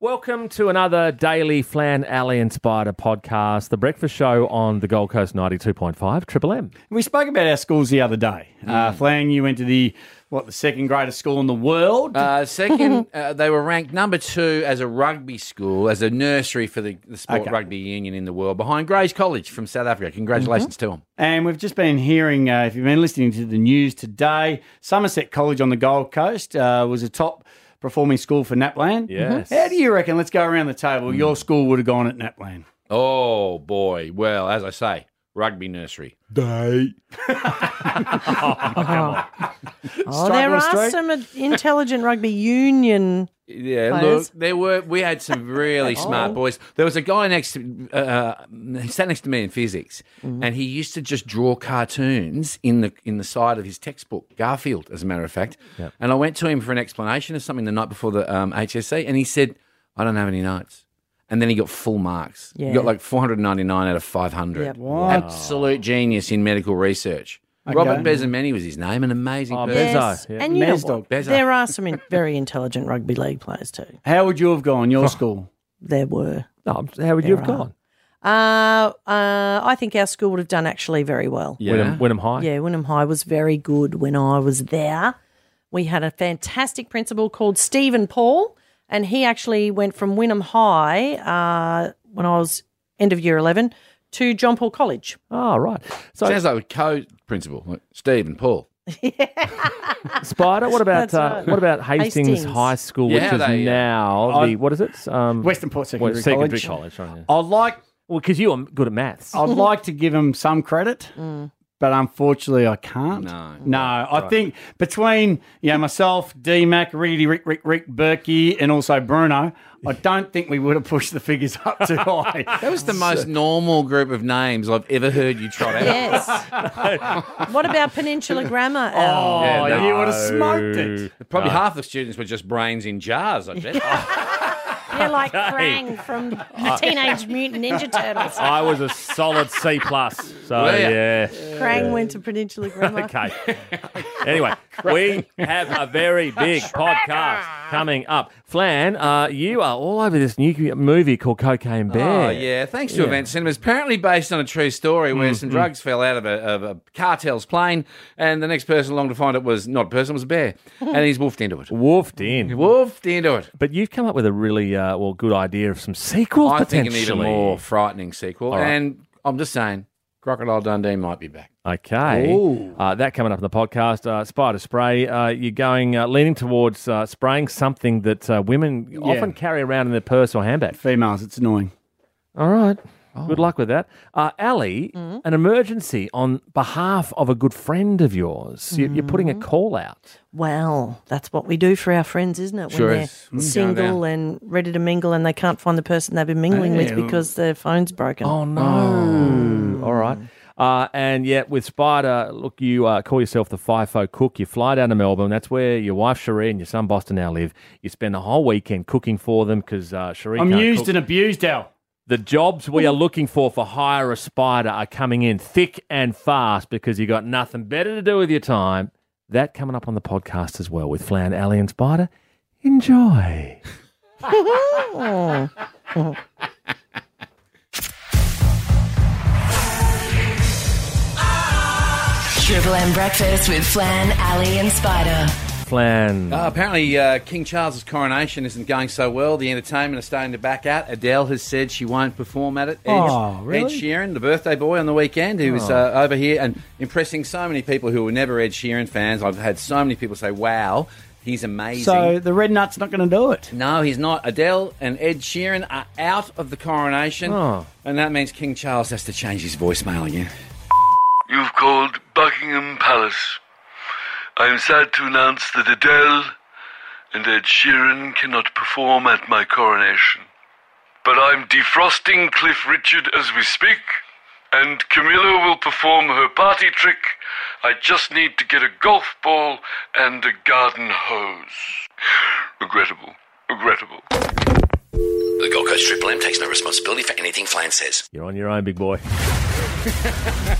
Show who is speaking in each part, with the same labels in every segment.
Speaker 1: Welcome to another daily Flan Alley Inspired podcast, the breakfast show on the Gold Coast 92.5 Triple M.
Speaker 2: We spoke about our schools the other day. Uh, Flang, you went to the what the second greatest school in the world.
Speaker 3: Uh, second, uh, they were ranked number two as a rugby school, as a nursery for the, the sport
Speaker 2: Okay.
Speaker 3: rugby union in the world, behind Grays College from South Africa. Congratulations to them.
Speaker 2: and we've just been hearing, uh, if you've been listening to the news today, Somerset College on the Gold Coast uh, was a top performing school for NAPLAN.
Speaker 1: Yes.
Speaker 2: How do you reckon? Let's go around the table. Your school would have gone at NAPLAN.
Speaker 3: Oh, boy. Well, as I say, rugby nursery.
Speaker 4: Oh, there
Speaker 2: Struggle
Speaker 4: are
Speaker 2: straight?
Speaker 4: some uh, intelligent rugby union.
Speaker 3: Yeah,
Speaker 4: Players. Oh.
Speaker 3: look, there were we had some really smart boys. There was a guy next to uh, he sat next to me in physics,
Speaker 4: Mm-hmm.
Speaker 3: and he used to just draw cartoons in the in the side of his textbook, Garfield, as a matter of fact. And I went to him for an explanation of something the night before the um, HSC, and he said, "I don't have any notes." And then he got full marks. He
Speaker 4: Yeah.
Speaker 3: got like 499 out of 500.
Speaker 4: Yep.
Speaker 2: Wow.
Speaker 3: Absolute genius in medical research. Robert Bezameni was his name, an amazing
Speaker 1: Oh,
Speaker 3: person.
Speaker 1: Bezos. yeah.
Speaker 4: And you know
Speaker 2: Mez
Speaker 4: what?
Speaker 2: dog.
Speaker 3: Bezos.
Speaker 4: There are some in- very intelligent rugby league players too.
Speaker 2: How would you have gone? Your school?
Speaker 4: There were.
Speaker 1: Oh, how would you have
Speaker 4: There are.
Speaker 1: gone?
Speaker 4: Uh, uh, I think our school would have done actually very well.
Speaker 3: Yeah.
Speaker 1: Wynnum, Wynnum High?
Speaker 4: Yeah, Wynnum High was very good when I was there. We had a fantastic principal called Stephen Paul, and he actually went from Wynnum High uh, when I was end of year 11 to John Paul College.
Speaker 1: Oh, right. So,
Speaker 3: Sounds like a co-principal, like Steve and Paul.
Speaker 1: Spider, what about
Speaker 4: That's
Speaker 1: uh,
Speaker 4: right.
Speaker 1: what about Hastings,
Speaker 4: Hastings.
Speaker 1: High School, which
Speaker 3: Yeah,
Speaker 1: is
Speaker 3: they, uh,
Speaker 1: now
Speaker 2: I-
Speaker 1: the, what is it? Um,
Speaker 2: Western Port
Speaker 1: what,
Speaker 2: Secondary,
Speaker 1: Secondary
Speaker 2: College.
Speaker 1: College. right, yeah.
Speaker 2: I'd like,
Speaker 1: Well, because you are good at maths.
Speaker 2: I'd like to give him some credit. But unfortunately, I can't.
Speaker 3: No.
Speaker 2: no. I think between you know, myself, D Mac, Reedy, Rick, Rick, Rick, Berkey, and also Bruno, I don't think we would have pushed the figures up too high.
Speaker 3: That was the most normal group of names I've ever heard you trot out.
Speaker 4: Yes. what about Peninsula Grammar? Al?
Speaker 2: oh,
Speaker 3: Yeah,
Speaker 2: you would have smoked it.
Speaker 3: Probably half the students were just brains in jars, I bet.
Speaker 4: They're like Krang from the Teenage Mutant Ninja Turtles.
Speaker 1: I was a solid C plus. So
Speaker 3: Were ya?
Speaker 1: yeah.
Speaker 4: Krang went to Peninsula Grammar.
Speaker 1: Okay. anyway, we have a very big podcast coming up. Flan, uh, you are all over this new movie called Cocaine Bear.
Speaker 3: Oh, yeah. Thanks to Event Cinemas. Apparently based on a true story where some drugs fell out of a, of a cartel's plane, and the next person along to find it was not a person, it was a bear. and he's wolfed into it.
Speaker 1: Wolfed in.
Speaker 3: Wolfed into it.
Speaker 1: But you've come up with a really uh, well good idea of some sequels
Speaker 3: I think an
Speaker 1: potentially.
Speaker 3: even more frightening sequel.
Speaker 1: right.
Speaker 3: And I'm just saying, Crocodile Dundee might be back.
Speaker 1: Okay.
Speaker 2: Ooh.
Speaker 1: Uh, that coming up in the podcast. Uh, spider spray. Uh, you're going uh, leaning towards uh, spraying something that uh, women often carry around in their purse or handbag.
Speaker 2: Females, it's annoying.
Speaker 1: All right.
Speaker 2: Oh.
Speaker 1: Good luck with that. Uh, Ali, an emergency on behalf of a good friend of yours. You, You're putting a call out.
Speaker 4: Well, that's what we do for our friends, isn't it? When
Speaker 3: Sure
Speaker 4: they're
Speaker 3: is. Mm.
Speaker 4: single
Speaker 3: Down
Speaker 4: and ready to mingle and they can't find the person they've been mingling with because their phone's broken.
Speaker 1: Oh, no. All right. Uh, and yet, with Spider, look, you uh, call yourself the FIFO cook. You fly down to Melbourne. That's where your wife, Cherie, and your son, Boston, now live. You spend the whole weekend cooking for them because uh, Cherie
Speaker 2: I'm
Speaker 1: can't
Speaker 2: used
Speaker 1: cook.
Speaker 2: and abused, Al.
Speaker 1: The jobs we are looking for for hire a spider are coming in thick and fast because you got nothing better to do with your time. That coming up on the podcast as well with Flan Alley and Spider. Enjoy.
Speaker 5: Triple M breakfast with Flan, Ali, and Spider.
Speaker 1: Flan.
Speaker 3: Uh, apparently, uh, King Charles's coronation isn't going so well. The entertainment is starting to back out. Adele has said she won't perform at it. Ed,
Speaker 2: Oh, really? Oh.
Speaker 3: Ed Sheeran, the birthday boy on the weekend, who was uh, over here and impressing so many people who were never Ed Sheeran fans. I've had so many people say, "Wow, he's amazing."
Speaker 2: So the red nut's not going to do it.
Speaker 3: no, he's not. Adele and Ed Sheeran are out of the coronation,
Speaker 1: Oh.
Speaker 3: and that means King Charles has to change his voicemail again.
Speaker 6: You've called Buckingham Palace. I am sad to announce that Adele and Ed Sheeran cannot perform at my coronation. But I'm defrosting Cliff Richard as we speak, and Camilla will perform her party trick. I just need to get a golf ball and a garden hose. Regrettable. Regrettable.
Speaker 7: The Gold Coast Triple M takes no responsibility for anything Flan says.
Speaker 1: You're on your own, big boy.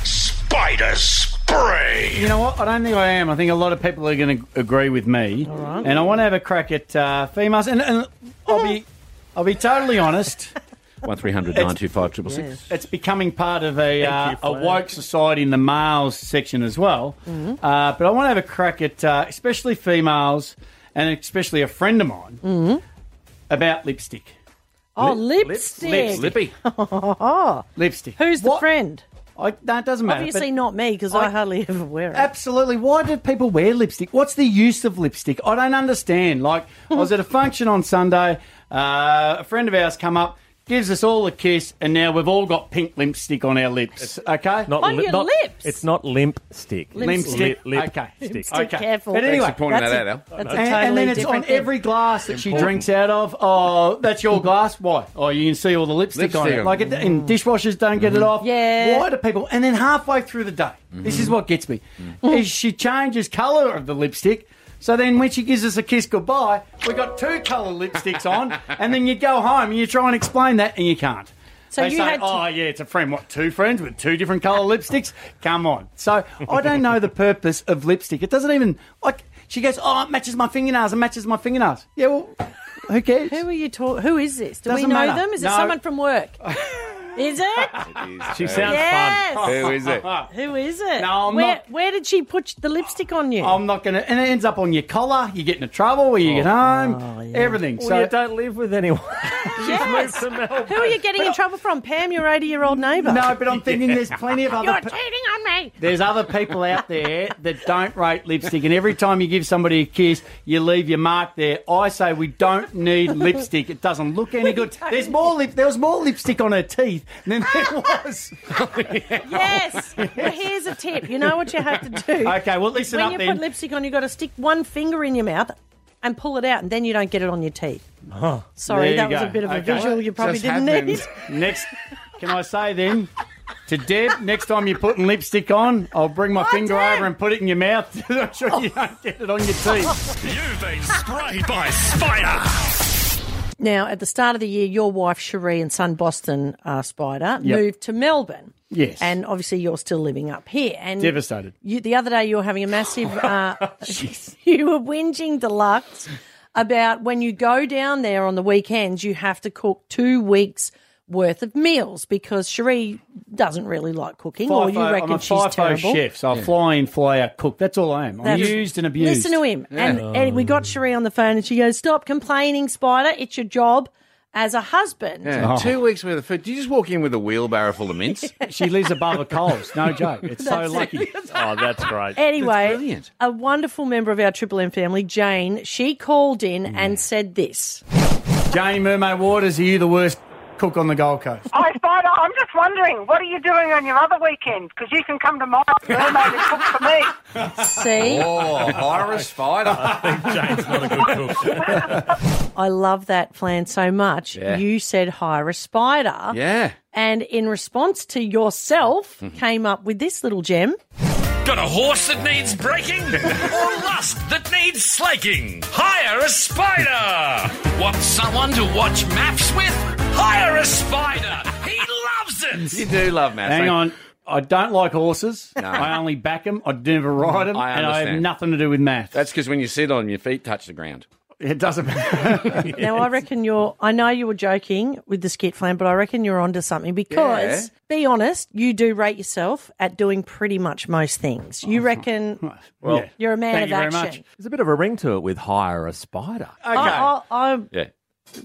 Speaker 7: Spider spray.
Speaker 2: You know what? I don't think I am. I think a lot of people are going to agree with me. And I want to have a crack at uh, females. And, and I'll be I'll be totally honest.
Speaker 3: One three hundred nine two five triple six.
Speaker 2: It's becoming part of a, uh,
Speaker 1: you,
Speaker 2: a
Speaker 1: Fran.
Speaker 2: woke society in the males section as well.
Speaker 4: Mm-hmm.
Speaker 2: Uh, but I want to have a crack at, uh, especially females, and especially a friend of mine,
Speaker 4: Mm-hmm.
Speaker 2: about lipstick.
Speaker 4: Oh, lipstick.
Speaker 2: lips-
Speaker 3: Lippy.
Speaker 2: Lipstick.
Speaker 4: Who's the
Speaker 2: What-
Speaker 4: friend?
Speaker 2: I, that doesn't matter. but-
Speaker 4: Obviously not me because I,
Speaker 2: I-
Speaker 4: hardly ever wear it.
Speaker 2: Absolutely. Why do people wear lipstick? What's the use of lipstick? I don't understand. Like, I was at a function on Sunday. Uh, a friend of ours come up, gives us all a kiss, and now we've all got pink lipstick on our lips. Okay.
Speaker 1: Not
Speaker 4: On your
Speaker 1: not-
Speaker 4: lips.
Speaker 1: It's not limp stick.
Speaker 2: Lipstick.
Speaker 1: Lip- lip
Speaker 2: okay.
Speaker 1: stick.
Speaker 4: Stick,
Speaker 2: Okay.
Speaker 4: careful.
Speaker 2: But anyway,
Speaker 3: Thanks for pointing
Speaker 4: that's
Speaker 3: that
Speaker 4: a,
Speaker 3: out, eh? Al.
Speaker 4: That's a
Speaker 2: And,
Speaker 4: totally
Speaker 2: and then it's on
Speaker 4: different thing.
Speaker 2: every glass that she drinks out of. Oh, that's your glass. Why? Oh, you can see all the lipstick, on
Speaker 3: Lipstick
Speaker 2: it.
Speaker 3: on-
Speaker 2: Like, it, and dishwashers don't get it off.
Speaker 4: Mm. Mm-hmm. Yeah. Mm-hmm.
Speaker 2: Why do people? And then halfway through the day, this is what gets me: is she changes colour of the lipstick. So then, when she gives us a kiss goodbye, we got two colour lipsticks on, and then you go home and you try and explain that, and you can't.
Speaker 4: So
Speaker 2: they
Speaker 4: you
Speaker 2: say,
Speaker 4: had to-
Speaker 2: "Oh yeah, it's a friend. What two friends with two different colour lipsticks? Come on." So I don't know the purpose of lipstick. It doesn't even like. She goes, "Oh, it matches my fingernails. It matches my fingernails." Yeah, well, who cares?
Speaker 4: Who are you talking? Who is this? Do
Speaker 2: Doesn't
Speaker 4: we know
Speaker 2: matter.
Speaker 4: them? Is it
Speaker 2: No.
Speaker 4: someone from work? is it?
Speaker 1: She sounds fun.
Speaker 4: yes.
Speaker 3: Who is it?
Speaker 4: Who is it?
Speaker 2: No, I'm
Speaker 4: where,
Speaker 2: not-
Speaker 4: Where did she put the lipstick on you?
Speaker 2: I'm not gonna, and it ends up on your collar. You get into trouble when you
Speaker 4: Oh.
Speaker 2: get home. Everything.
Speaker 1: Well,
Speaker 2: so
Speaker 1: you don't live with anyone.
Speaker 4: yes.
Speaker 1: She's moved to
Speaker 4: Who are you getting in trouble from? Pam, your 80 year old neighbour.
Speaker 2: no, but I'm thinking there's plenty of other.
Speaker 4: You're
Speaker 2: pe-
Speaker 4: cheating on me.
Speaker 2: there's other people out there that don't rate lipstick, and every time you give somebody a kiss, you leave your mark there. I say we don't need lipstick; it doesn't look any good. There's more lip. There was more lipstick on her teeth than there was.
Speaker 4: Yes. Well, here's a tip. You know what you have to do.
Speaker 2: Okay, well listen
Speaker 4: when
Speaker 2: up
Speaker 4: you
Speaker 2: then.
Speaker 4: put lipstick on, you've got to stick one finger in your mouth and pull it out, and then you don't get it on your teeth. Sorry,
Speaker 2: There
Speaker 4: that
Speaker 2: you
Speaker 4: was a
Speaker 2: go.
Speaker 4: bit of a
Speaker 2: Okay.
Speaker 4: visual you probably
Speaker 3: Just
Speaker 4: didn't
Speaker 3: happened.
Speaker 4: need.
Speaker 2: next, can I say then? To Deb, next time you're putting lipstick on, I'll bring my finger
Speaker 4: Oh, Deb. Oh.
Speaker 2: over and put it in your mouth. I'm sure you don't get it on your teeth.
Speaker 8: You've been sprayed by a spider.
Speaker 4: Now, at the start of the year, your wife Cherie and son Boston uh, Spider moved to Melbourne.
Speaker 2: Yes.
Speaker 4: and obviously you're still living up here. And
Speaker 2: Devastated.
Speaker 4: You, the other day you were having a massive. Uh, you were whinging deluxe about when you go down there on the weekends, you have to cook two weeks. Worth of meals because Cherie doesn't really like cooking, or you
Speaker 2: FIFO
Speaker 4: reckon
Speaker 2: I'm a
Speaker 4: she's
Speaker 2: FIFO
Speaker 4: terrible.
Speaker 2: chef, so I fly in, fly out, cook. That's all I am. I'm
Speaker 4: That's-
Speaker 2: used and abused.
Speaker 4: Listen to him. And, and we got Cherie on the phone and she goes, Stop complaining, Spider. It's your job as a husband.
Speaker 3: Yeah, Two weeks worth of food. Do you just walk in with a wheelbarrow full of mints?
Speaker 2: She lives above a Coles. No joke. It's so lucky.
Speaker 1: oh, that's great.
Speaker 4: Anyway,
Speaker 3: brilliant.
Speaker 4: a wonderful member of our Triple M family, Jane, she called in and said this.
Speaker 2: Jane Mermaid Waters, are you the worst cook on the Gold Coast?
Speaker 9: Hi, Spider. I'm just wondering, what are you doing on your other weekend? Because you can come to my mermaid and cook for me.
Speaker 4: See,
Speaker 3: Oh, Irish spider.
Speaker 1: Jane's not a good cook.
Speaker 4: I love that plan so much.
Speaker 3: Yeah.
Speaker 4: You said hire a spider.
Speaker 3: Yeah.
Speaker 4: And in response to yourself,
Speaker 2: Mm-hmm.
Speaker 4: came up with this little gem.
Speaker 8: Got a horse that needs breaking? or lust that needs slaking? Hire a spider! Want someone to watch maps with? Hire a spider! He loves
Speaker 3: You
Speaker 8: it!
Speaker 3: do love maths.
Speaker 2: Hang
Speaker 3: don't
Speaker 2: on. I don't like horses. I only back them. I never ride them.
Speaker 3: I
Speaker 2: and I have
Speaker 3: understand.
Speaker 2: nothing to do with math.
Speaker 3: That's because when you sit on 'em, your feet touch the ground.
Speaker 2: it doesn't matter.
Speaker 4: Now, I reckon you're, I know you were joking with the skit flan, but I reckon you're onto something because,
Speaker 3: Yeah.
Speaker 4: be honest, you do rate yourself at doing pretty much most things. You reckon
Speaker 2: Oh, well,
Speaker 4: you're a man
Speaker 2: Thank
Speaker 4: of
Speaker 2: you very
Speaker 4: action. Oh,
Speaker 2: much.
Speaker 1: There's a bit of a ring to it with hire a spider.
Speaker 2: Okay.
Speaker 4: I, I, I
Speaker 3: Yeah.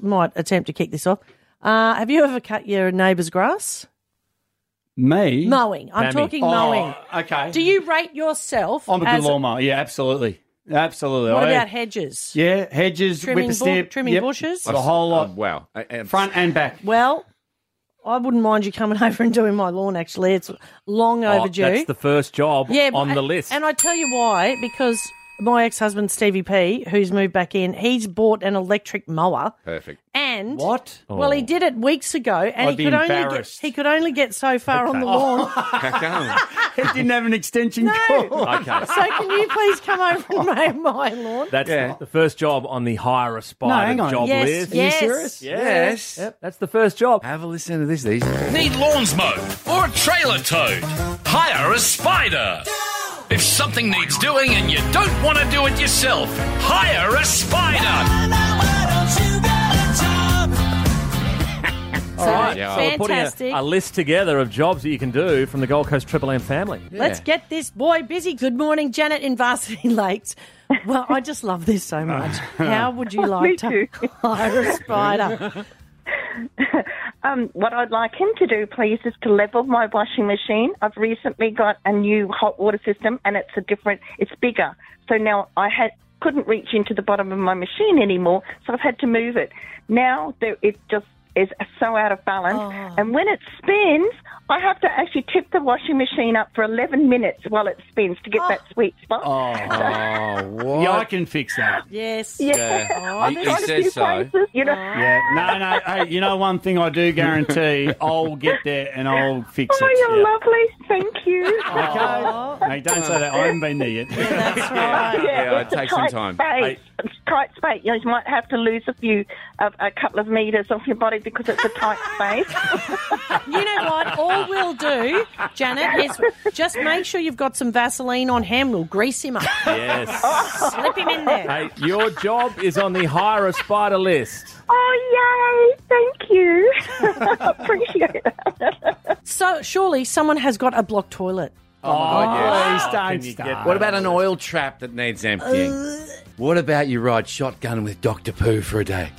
Speaker 4: might attempt to kick this off. Uh, have you ever cut your neighbour's grass?
Speaker 2: Me?
Speaker 4: Mowing. I'm
Speaker 1: Pammy.
Speaker 4: talking
Speaker 2: Oh,
Speaker 4: mowing.
Speaker 2: Okay.
Speaker 4: Do you rate yourself?
Speaker 2: I'm a good eh?
Speaker 4: as-
Speaker 2: lawnmower. Yeah, absolutely. Absolutely.
Speaker 4: What
Speaker 2: I-
Speaker 4: about hedges?
Speaker 2: Yeah, hedges,
Speaker 4: Trimming bu-
Speaker 2: whippersnip,
Speaker 4: trimming bushes?
Speaker 2: a whole lot,
Speaker 3: Oh, wow. I- I-
Speaker 2: front and back.
Speaker 4: Well, I wouldn't mind you coming over and doing my lawn. Actually, it's long
Speaker 1: Oh,
Speaker 4: overdue.
Speaker 1: that's the first job
Speaker 4: yeah, but-
Speaker 1: on the list.
Speaker 4: And I tell you why, because my ex-husband Stevie P, who's moved back in, he's bought an electric mower.
Speaker 3: Perfect.
Speaker 4: And
Speaker 2: What?
Speaker 4: Well,
Speaker 1: Oh.
Speaker 4: he did it weeks ago, and
Speaker 2: I'd
Speaker 4: he
Speaker 2: be
Speaker 4: could only get,
Speaker 2: embarrassed.
Speaker 4: he could only get so far on the lawn.
Speaker 3: How come?
Speaker 2: He didn't have an extension cord.
Speaker 1: okay.
Speaker 4: So can you please come over and mow my lawn?
Speaker 1: That's
Speaker 3: Yeah.
Speaker 1: the first job on the hire a spider
Speaker 2: hang on.
Speaker 1: job
Speaker 4: yes,
Speaker 1: list.
Speaker 4: yes.
Speaker 2: serious?
Speaker 3: yes.
Speaker 1: Yep, that's the first job.
Speaker 3: Have a listen to this. These.
Speaker 8: Need lawns mowed? Or a trailer towed? Hire a spider! If something needs doing and you don't want to do it yourself, hire a spider!
Speaker 10: Why don't you get a job?
Speaker 1: right.
Speaker 3: Yeah.
Speaker 1: So we're putting
Speaker 4: Fantastic.
Speaker 1: a, a list together of jobs that you can do from the Gold Coast Triple M family.
Speaker 4: Let's get this boy busy. Good morning, Janet in Varsity Lakes. Well, I just love this so much. How would you like to hire a spider?
Speaker 10: Um, what I'd like him to do, please, is to level my washing machine. I've recently got a new hot water system, and it's a different. It's bigger, so now I had couldn't reach into the bottom of my machine anymore, so I've had to move it. Now there, it just is so out of balance, and when it spins, I have to actually tip the washing machine up for 11 minutes while it spins to get that sweet spot.
Speaker 3: Oh, what?
Speaker 2: Yeah, I can fix that.
Speaker 4: Yes.
Speaker 10: Yeah.
Speaker 3: Yeah. He-
Speaker 10: I've
Speaker 3: he
Speaker 10: tried a
Speaker 3: says
Speaker 10: few
Speaker 3: so.
Speaker 10: places, you know.
Speaker 2: Yeah, no, no. Hey, you know one thing I do guarantee: I'll get there and I'll fix
Speaker 10: Oh,
Speaker 2: it.
Speaker 10: you're
Speaker 2: Yeah.
Speaker 10: lovely. Thank you.
Speaker 4: Aw.
Speaker 2: Okay. No, don't say that. I haven't been there yet.
Speaker 4: That's right.
Speaker 3: Yeah,
Speaker 10: it's
Speaker 3: it
Speaker 10: a
Speaker 3: takes some
Speaker 10: tight
Speaker 3: time.
Speaker 10: Space. It's tight space. You, know, you might have to lose a few, a, a couple of meters off your body because it's a tight space.
Speaker 4: You know what? All we'll do, Janet, is just make sure you've got some Vaseline on him. We'll grease him up.
Speaker 1: Yes.
Speaker 4: Slip him in there.
Speaker 1: hey, your job is on the hire a spider list.
Speaker 10: oh, yay! Thank you. Appreciate that.
Speaker 4: So surely someone has got a blocked toilet.
Speaker 3: Oh, my God, yes.
Speaker 2: Please don't
Speaker 1: you
Speaker 2: start.
Speaker 1: get-
Speaker 3: What about an oil trap that needs emptying? what about you ride shotgun with Dr. Pooh for a day?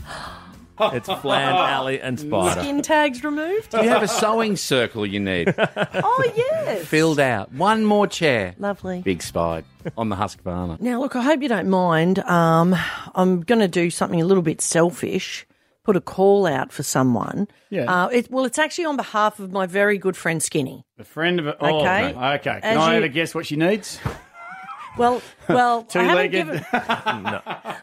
Speaker 1: It's Flan, Alley, and Spider.
Speaker 4: Skin tags removed.
Speaker 3: Do you have a sewing circle you need?
Speaker 4: Oh yes.
Speaker 3: Filled out. One more chair.
Speaker 4: Lovely.
Speaker 3: Big spide on the Husqvarna.
Speaker 4: Now, look, I hope you don't mind. Um, I'm going to do something a little bit selfish, put a call out for someone.
Speaker 2: Yeah.
Speaker 4: Uh, it, well, it's actually on behalf of my very good friend Skinny.
Speaker 2: A friend of it. Oh,
Speaker 4: Okay.
Speaker 2: okay. okay. Can
Speaker 4: As
Speaker 2: I
Speaker 4: you-
Speaker 2: ever guess what she needs?
Speaker 4: Well, well, I haven't
Speaker 2: Two-legged.
Speaker 4: given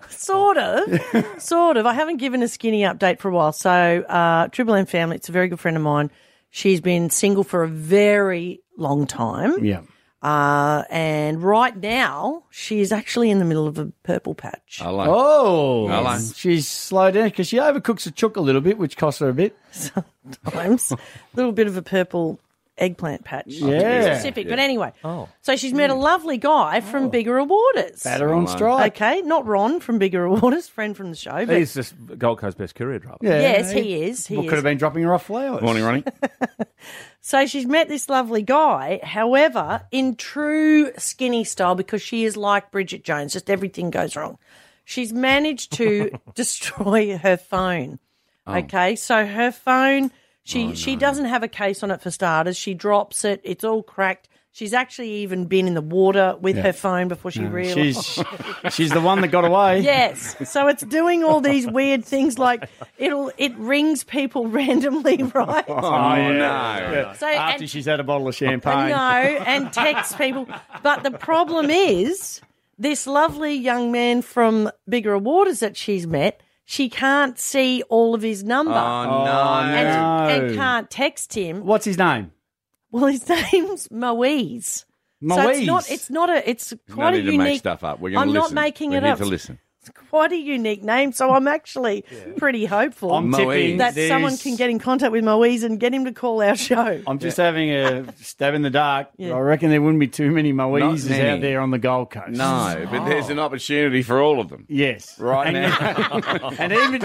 Speaker 4: sort of, sort of. I haven't given a Skinny update for a while. So, uh, Triple M family, it's a very good friend of mine. She's been single for a very long time,
Speaker 2: yeah.
Speaker 4: uh, and right now she is actually in the middle of a purple patch.
Speaker 3: I like
Speaker 2: Oh,
Speaker 3: Hello.
Speaker 2: she's slow down because she overcooks the chook a little bit, which costs her a bit.
Speaker 4: sometimes. a little bit of a purple eggplant patch.
Speaker 2: Yeah. Hmm. Oh.
Speaker 4: Specific. But anyway. Oh. So she's met a lovely guy from Bigger Waters.
Speaker 2: Batter on strike.
Speaker 4: Okay, not Ron from Bigger Waters, friend from the show, but
Speaker 1: He's just Gold Coast best courier driver.
Speaker 2: Yeah.
Speaker 4: yes, he is. He
Speaker 2: Well,
Speaker 4: is.
Speaker 2: could have been dropping her off flowers.
Speaker 3: Morning, Ronnie.
Speaker 4: So she's met this lovely guy. However, in true skinny style, because she is like Bridget Jones, just everything goes wrong. She's managed to destroy her phone. Okay, so her phone, she she doesn't have a case on it for starters. She drops it. It's all cracked. She's actually even been in the water with her phone before she realised.
Speaker 2: She's she's the one that got away.
Speaker 4: Yes. So it's doing all these weird things like it'll it rings people randomly, right?
Speaker 2: Oh, yeah.
Speaker 4: So
Speaker 2: After
Speaker 4: and-
Speaker 2: she's had a bottle of
Speaker 4: I
Speaker 2: champagne.
Speaker 4: know, and text people. But the problem is, this lovely young man from Bigger Waters that she's met, she can't see all of his number
Speaker 3: Oh, no.
Speaker 4: and,
Speaker 2: no.
Speaker 4: and can't text him.
Speaker 2: What's his name?
Speaker 4: Well, his name's Moise. So it's
Speaker 2: Moise.
Speaker 4: not. It's not a. It's
Speaker 3: No
Speaker 4: quite
Speaker 3: need
Speaker 4: a
Speaker 3: to
Speaker 4: unique.
Speaker 3: make stuff up. We're going
Speaker 4: I'm
Speaker 3: to listen.
Speaker 4: not making
Speaker 3: We're
Speaker 4: it
Speaker 3: here
Speaker 4: up.
Speaker 3: to listen.
Speaker 4: It's quite a unique name, so I'm actually pretty hopeful
Speaker 2: I'm
Speaker 3: Moise.
Speaker 2: tipping
Speaker 4: that
Speaker 2: there's-
Speaker 4: someone can get in contact with Moise and get him to call our show.
Speaker 2: I'm just having a stab in the dark.
Speaker 4: Yeah.
Speaker 2: I reckon there wouldn't be too many Moises
Speaker 3: many.
Speaker 2: out there on the Gold Coast.
Speaker 3: No, but there's an opportunity for all of them.
Speaker 2: Yes.
Speaker 3: Right
Speaker 2: and,
Speaker 3: now.
Speaker 2: And even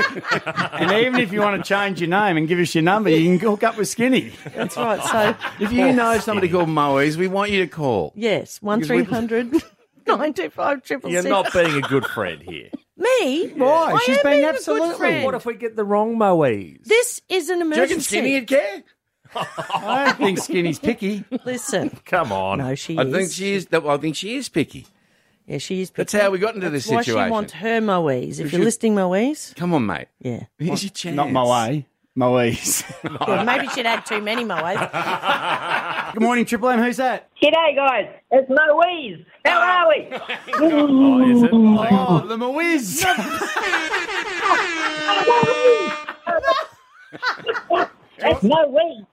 Speaker 2: and even if you want to change your name and give us your number, you can hook up with Skinny.
Speaker 4: That's right. So
Speaker 3: if you know somebody called Moe's, we want you to call.
Speaker 4: yes, one
Speaker 3: we-
Speaker 4: three hundred. Nine two five triple
Speaker 1: You're
Speaker 4: six.
Speaker 1: not being a good friend here.
Speaker 4: Me?
Speaker 2: Why?
Speaker 4: I
Speaker 2: She's
Speaker 4: am
Speaker 2: being
Speaker 4: being a
Speaker 2: absolutely-
Speaker 4: good friend.
Speaker 1: What if we get the wrong Moe's?
Speaker 4: this is an
Speaker 3: Do you reckon
Speaker 4: emergency.
Speaker 3: Skinny would care?
Speaker 2: I don't think Skinny's picky.
Speaker 4: Listen,
Speaker 1: Come on.
Speaker 4: no, she.
Speaker 3: I
Speaker 4: is.
Speaker 3: think she is. I think she is picky.
Speaker 4: Yeah, she is.
Speaker 3: That's
Speaker 4: picky.
Speaker 3: how we got into this
Speaker 4: Why
Speaker 3: situation.
Speaker 4: she wants her Moise? If you're listening, Moise,
Speaker 3: Come on, mate.
Speaker 4: yeah.
Speaker 3: Here's your chance.
Speaker 2: Not Moe. Moise.
Speaker 4: yeah. Maybe she'd had too many Moise.
Speaker 2: Good morning, Triple M. Who's that?
Speaker 9: G'day, guys. It's Moise. How are we?
Speaker 1: Oh, is it?
Speaker 2: Oh, the Moise.
Speaker 9: It's Moise.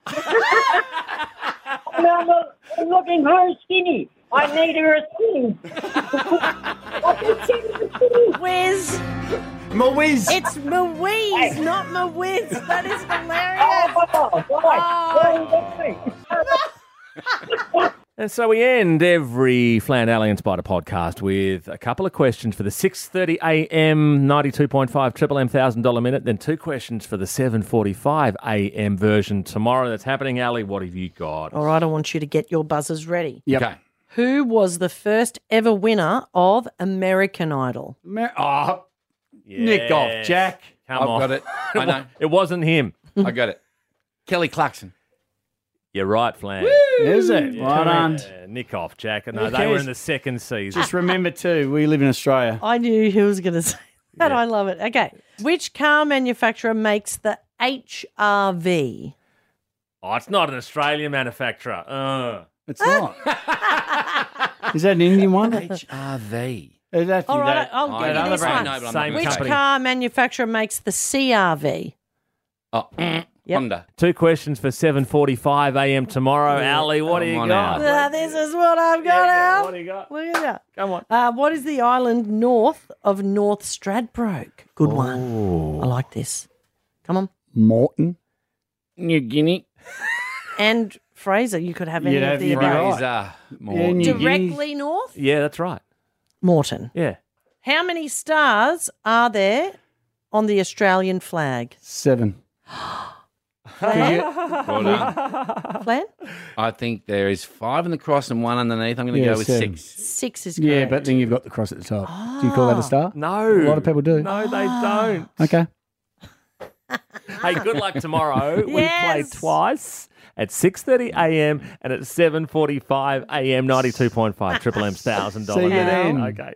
Speaker 9: I'm, look- I'm looking very skinny. I need her a skinny. I can see her skinny.
Speaker 4: Wiz,
Speaker 2: Moise.
Speaker 4: it's Moise, not Moise. That is hilarious.
Speaker 9: Oh, right. Very good.
Speaker 1: And so we end every Flan Alley and Spider podcast with a couple of questions for the 6:30 a.m. 92.5 Triple M thousand dollar minute, then two questions for the 7:45 a.m. version tomorrow. That's happening, Ali. What have you got?
Speaker 2: Oh,
Speaker 4: All right, I want you to get your buzzers ready.
Speaker 1: Okay.
Speaker 4: Who was the first ever winner of American Idol?
Speaker 2: Mer- oh, Nick off, Jack.
Speaker 1: Come
Speaker 3: I've
Speaker 1: on.
Speaker 3: got it. I know.
Speaker 1: it wasn't him.
Speaker 3: I got it. Kelly Clarkson.
Speaker 1: You're right, Flan.
Speaker 2: Is it?
Speaker 1: Yeah.
Speaker 2: Well done.
Speaker 1: Yeah, Nick off, Jack. No,
Speaker 2: Who
Speaker 1: they were
Speaker 2: cares?
Speaker 1: in the second season.
Speaker 2: Just remember too, we live in Australia.
Speaker 4: I knew he was going to say that. I love it. Okay. Which car manufacturer makes the HRV?
Speaker 1: Oh, it's not an Australian manufacturer. Uh.
Speaker 2: It's not. Is that an Indian one?
Speaker 3: HRV.
Speaker 2: Is that
Speaker 4: All right,
Speaker 2: that-
Speaker 4: I'll
Speaker 3: I
Speaker 4: give
Speaker 3: know,
Speaker 4: you this
Speaker 3: but I
Speaker 4: one.
Speaker 3: know, but I'm
Speaker 1: Same
Speaker 3: not
Speaker 4: Which
Speaker 3: gonna say it.
Speaker 4: car manufacturer makes the CRV?
Speaker 3: Oh, Honda.
Speaker 1: Two questions for 7:45 a.m. tomorrow. Ali, what do you
Speaker 3: on
Speaker 1: got?
Speaker 4: Ah, this is what I've got out.
Speaker 1: do you got?
Speaker 4: Look at that.
Speaker 1: Come on.
Speaker 4: Uh, what is the island north of North Stradbroke? Good one. I like this. Come on.
Speaker 2: Morton.
Speaker 3: New Guinea.
Speaker 4: And Fraser, you could have any
Speaker 2: You'd
Speaker 4: of
Speaker 2: have-
Speaker 4: the
Speaker 2: you'd be
Speaker 4: above.
Speaker 2: right.
Speaker 3: Fraser. More.
Speaker 2: Yeah, New Guinea.
Speaker 4: Directly north?
Speaker 1: Yeah, that's right.
Speaker 4: Morton.
Speaker 1: Yeah.
Speaker 4: How many stars are there on the Australian flag?
Speaker 2: Seven.
Speaker 4: Flan?
Speaker 3: Well done.
Speaker 4: Flan?
Speaker 3: I think there is five in the cross and one underneath. I'm going to
Speaker 2: Yeah,
Speaker 3: go with
Speaker 2: seven.
Speaker 3: six.
Speaker 4: Six is correct.
Speaker 2: Yeah, but then you've got the cross at the top. Do you call
Speaker 4: Ah.
Speaker 2: that a star?
Speaker 1: No.
Speaker 2: A lot of people do.
Speaker 1: No, they don't.
Speaker 2: Okay.
Speaker 1: hey, good luck tomorrow. We play
Speaker 4: Yes.
Speaker 1: twice at 6:30 a.m. and at 7:45 a.m. 92.5 Triple M's thousand
Speaker 2: See
Speaker 1: dollar.
Speaker 2: you then.
Speaker 1: Okay.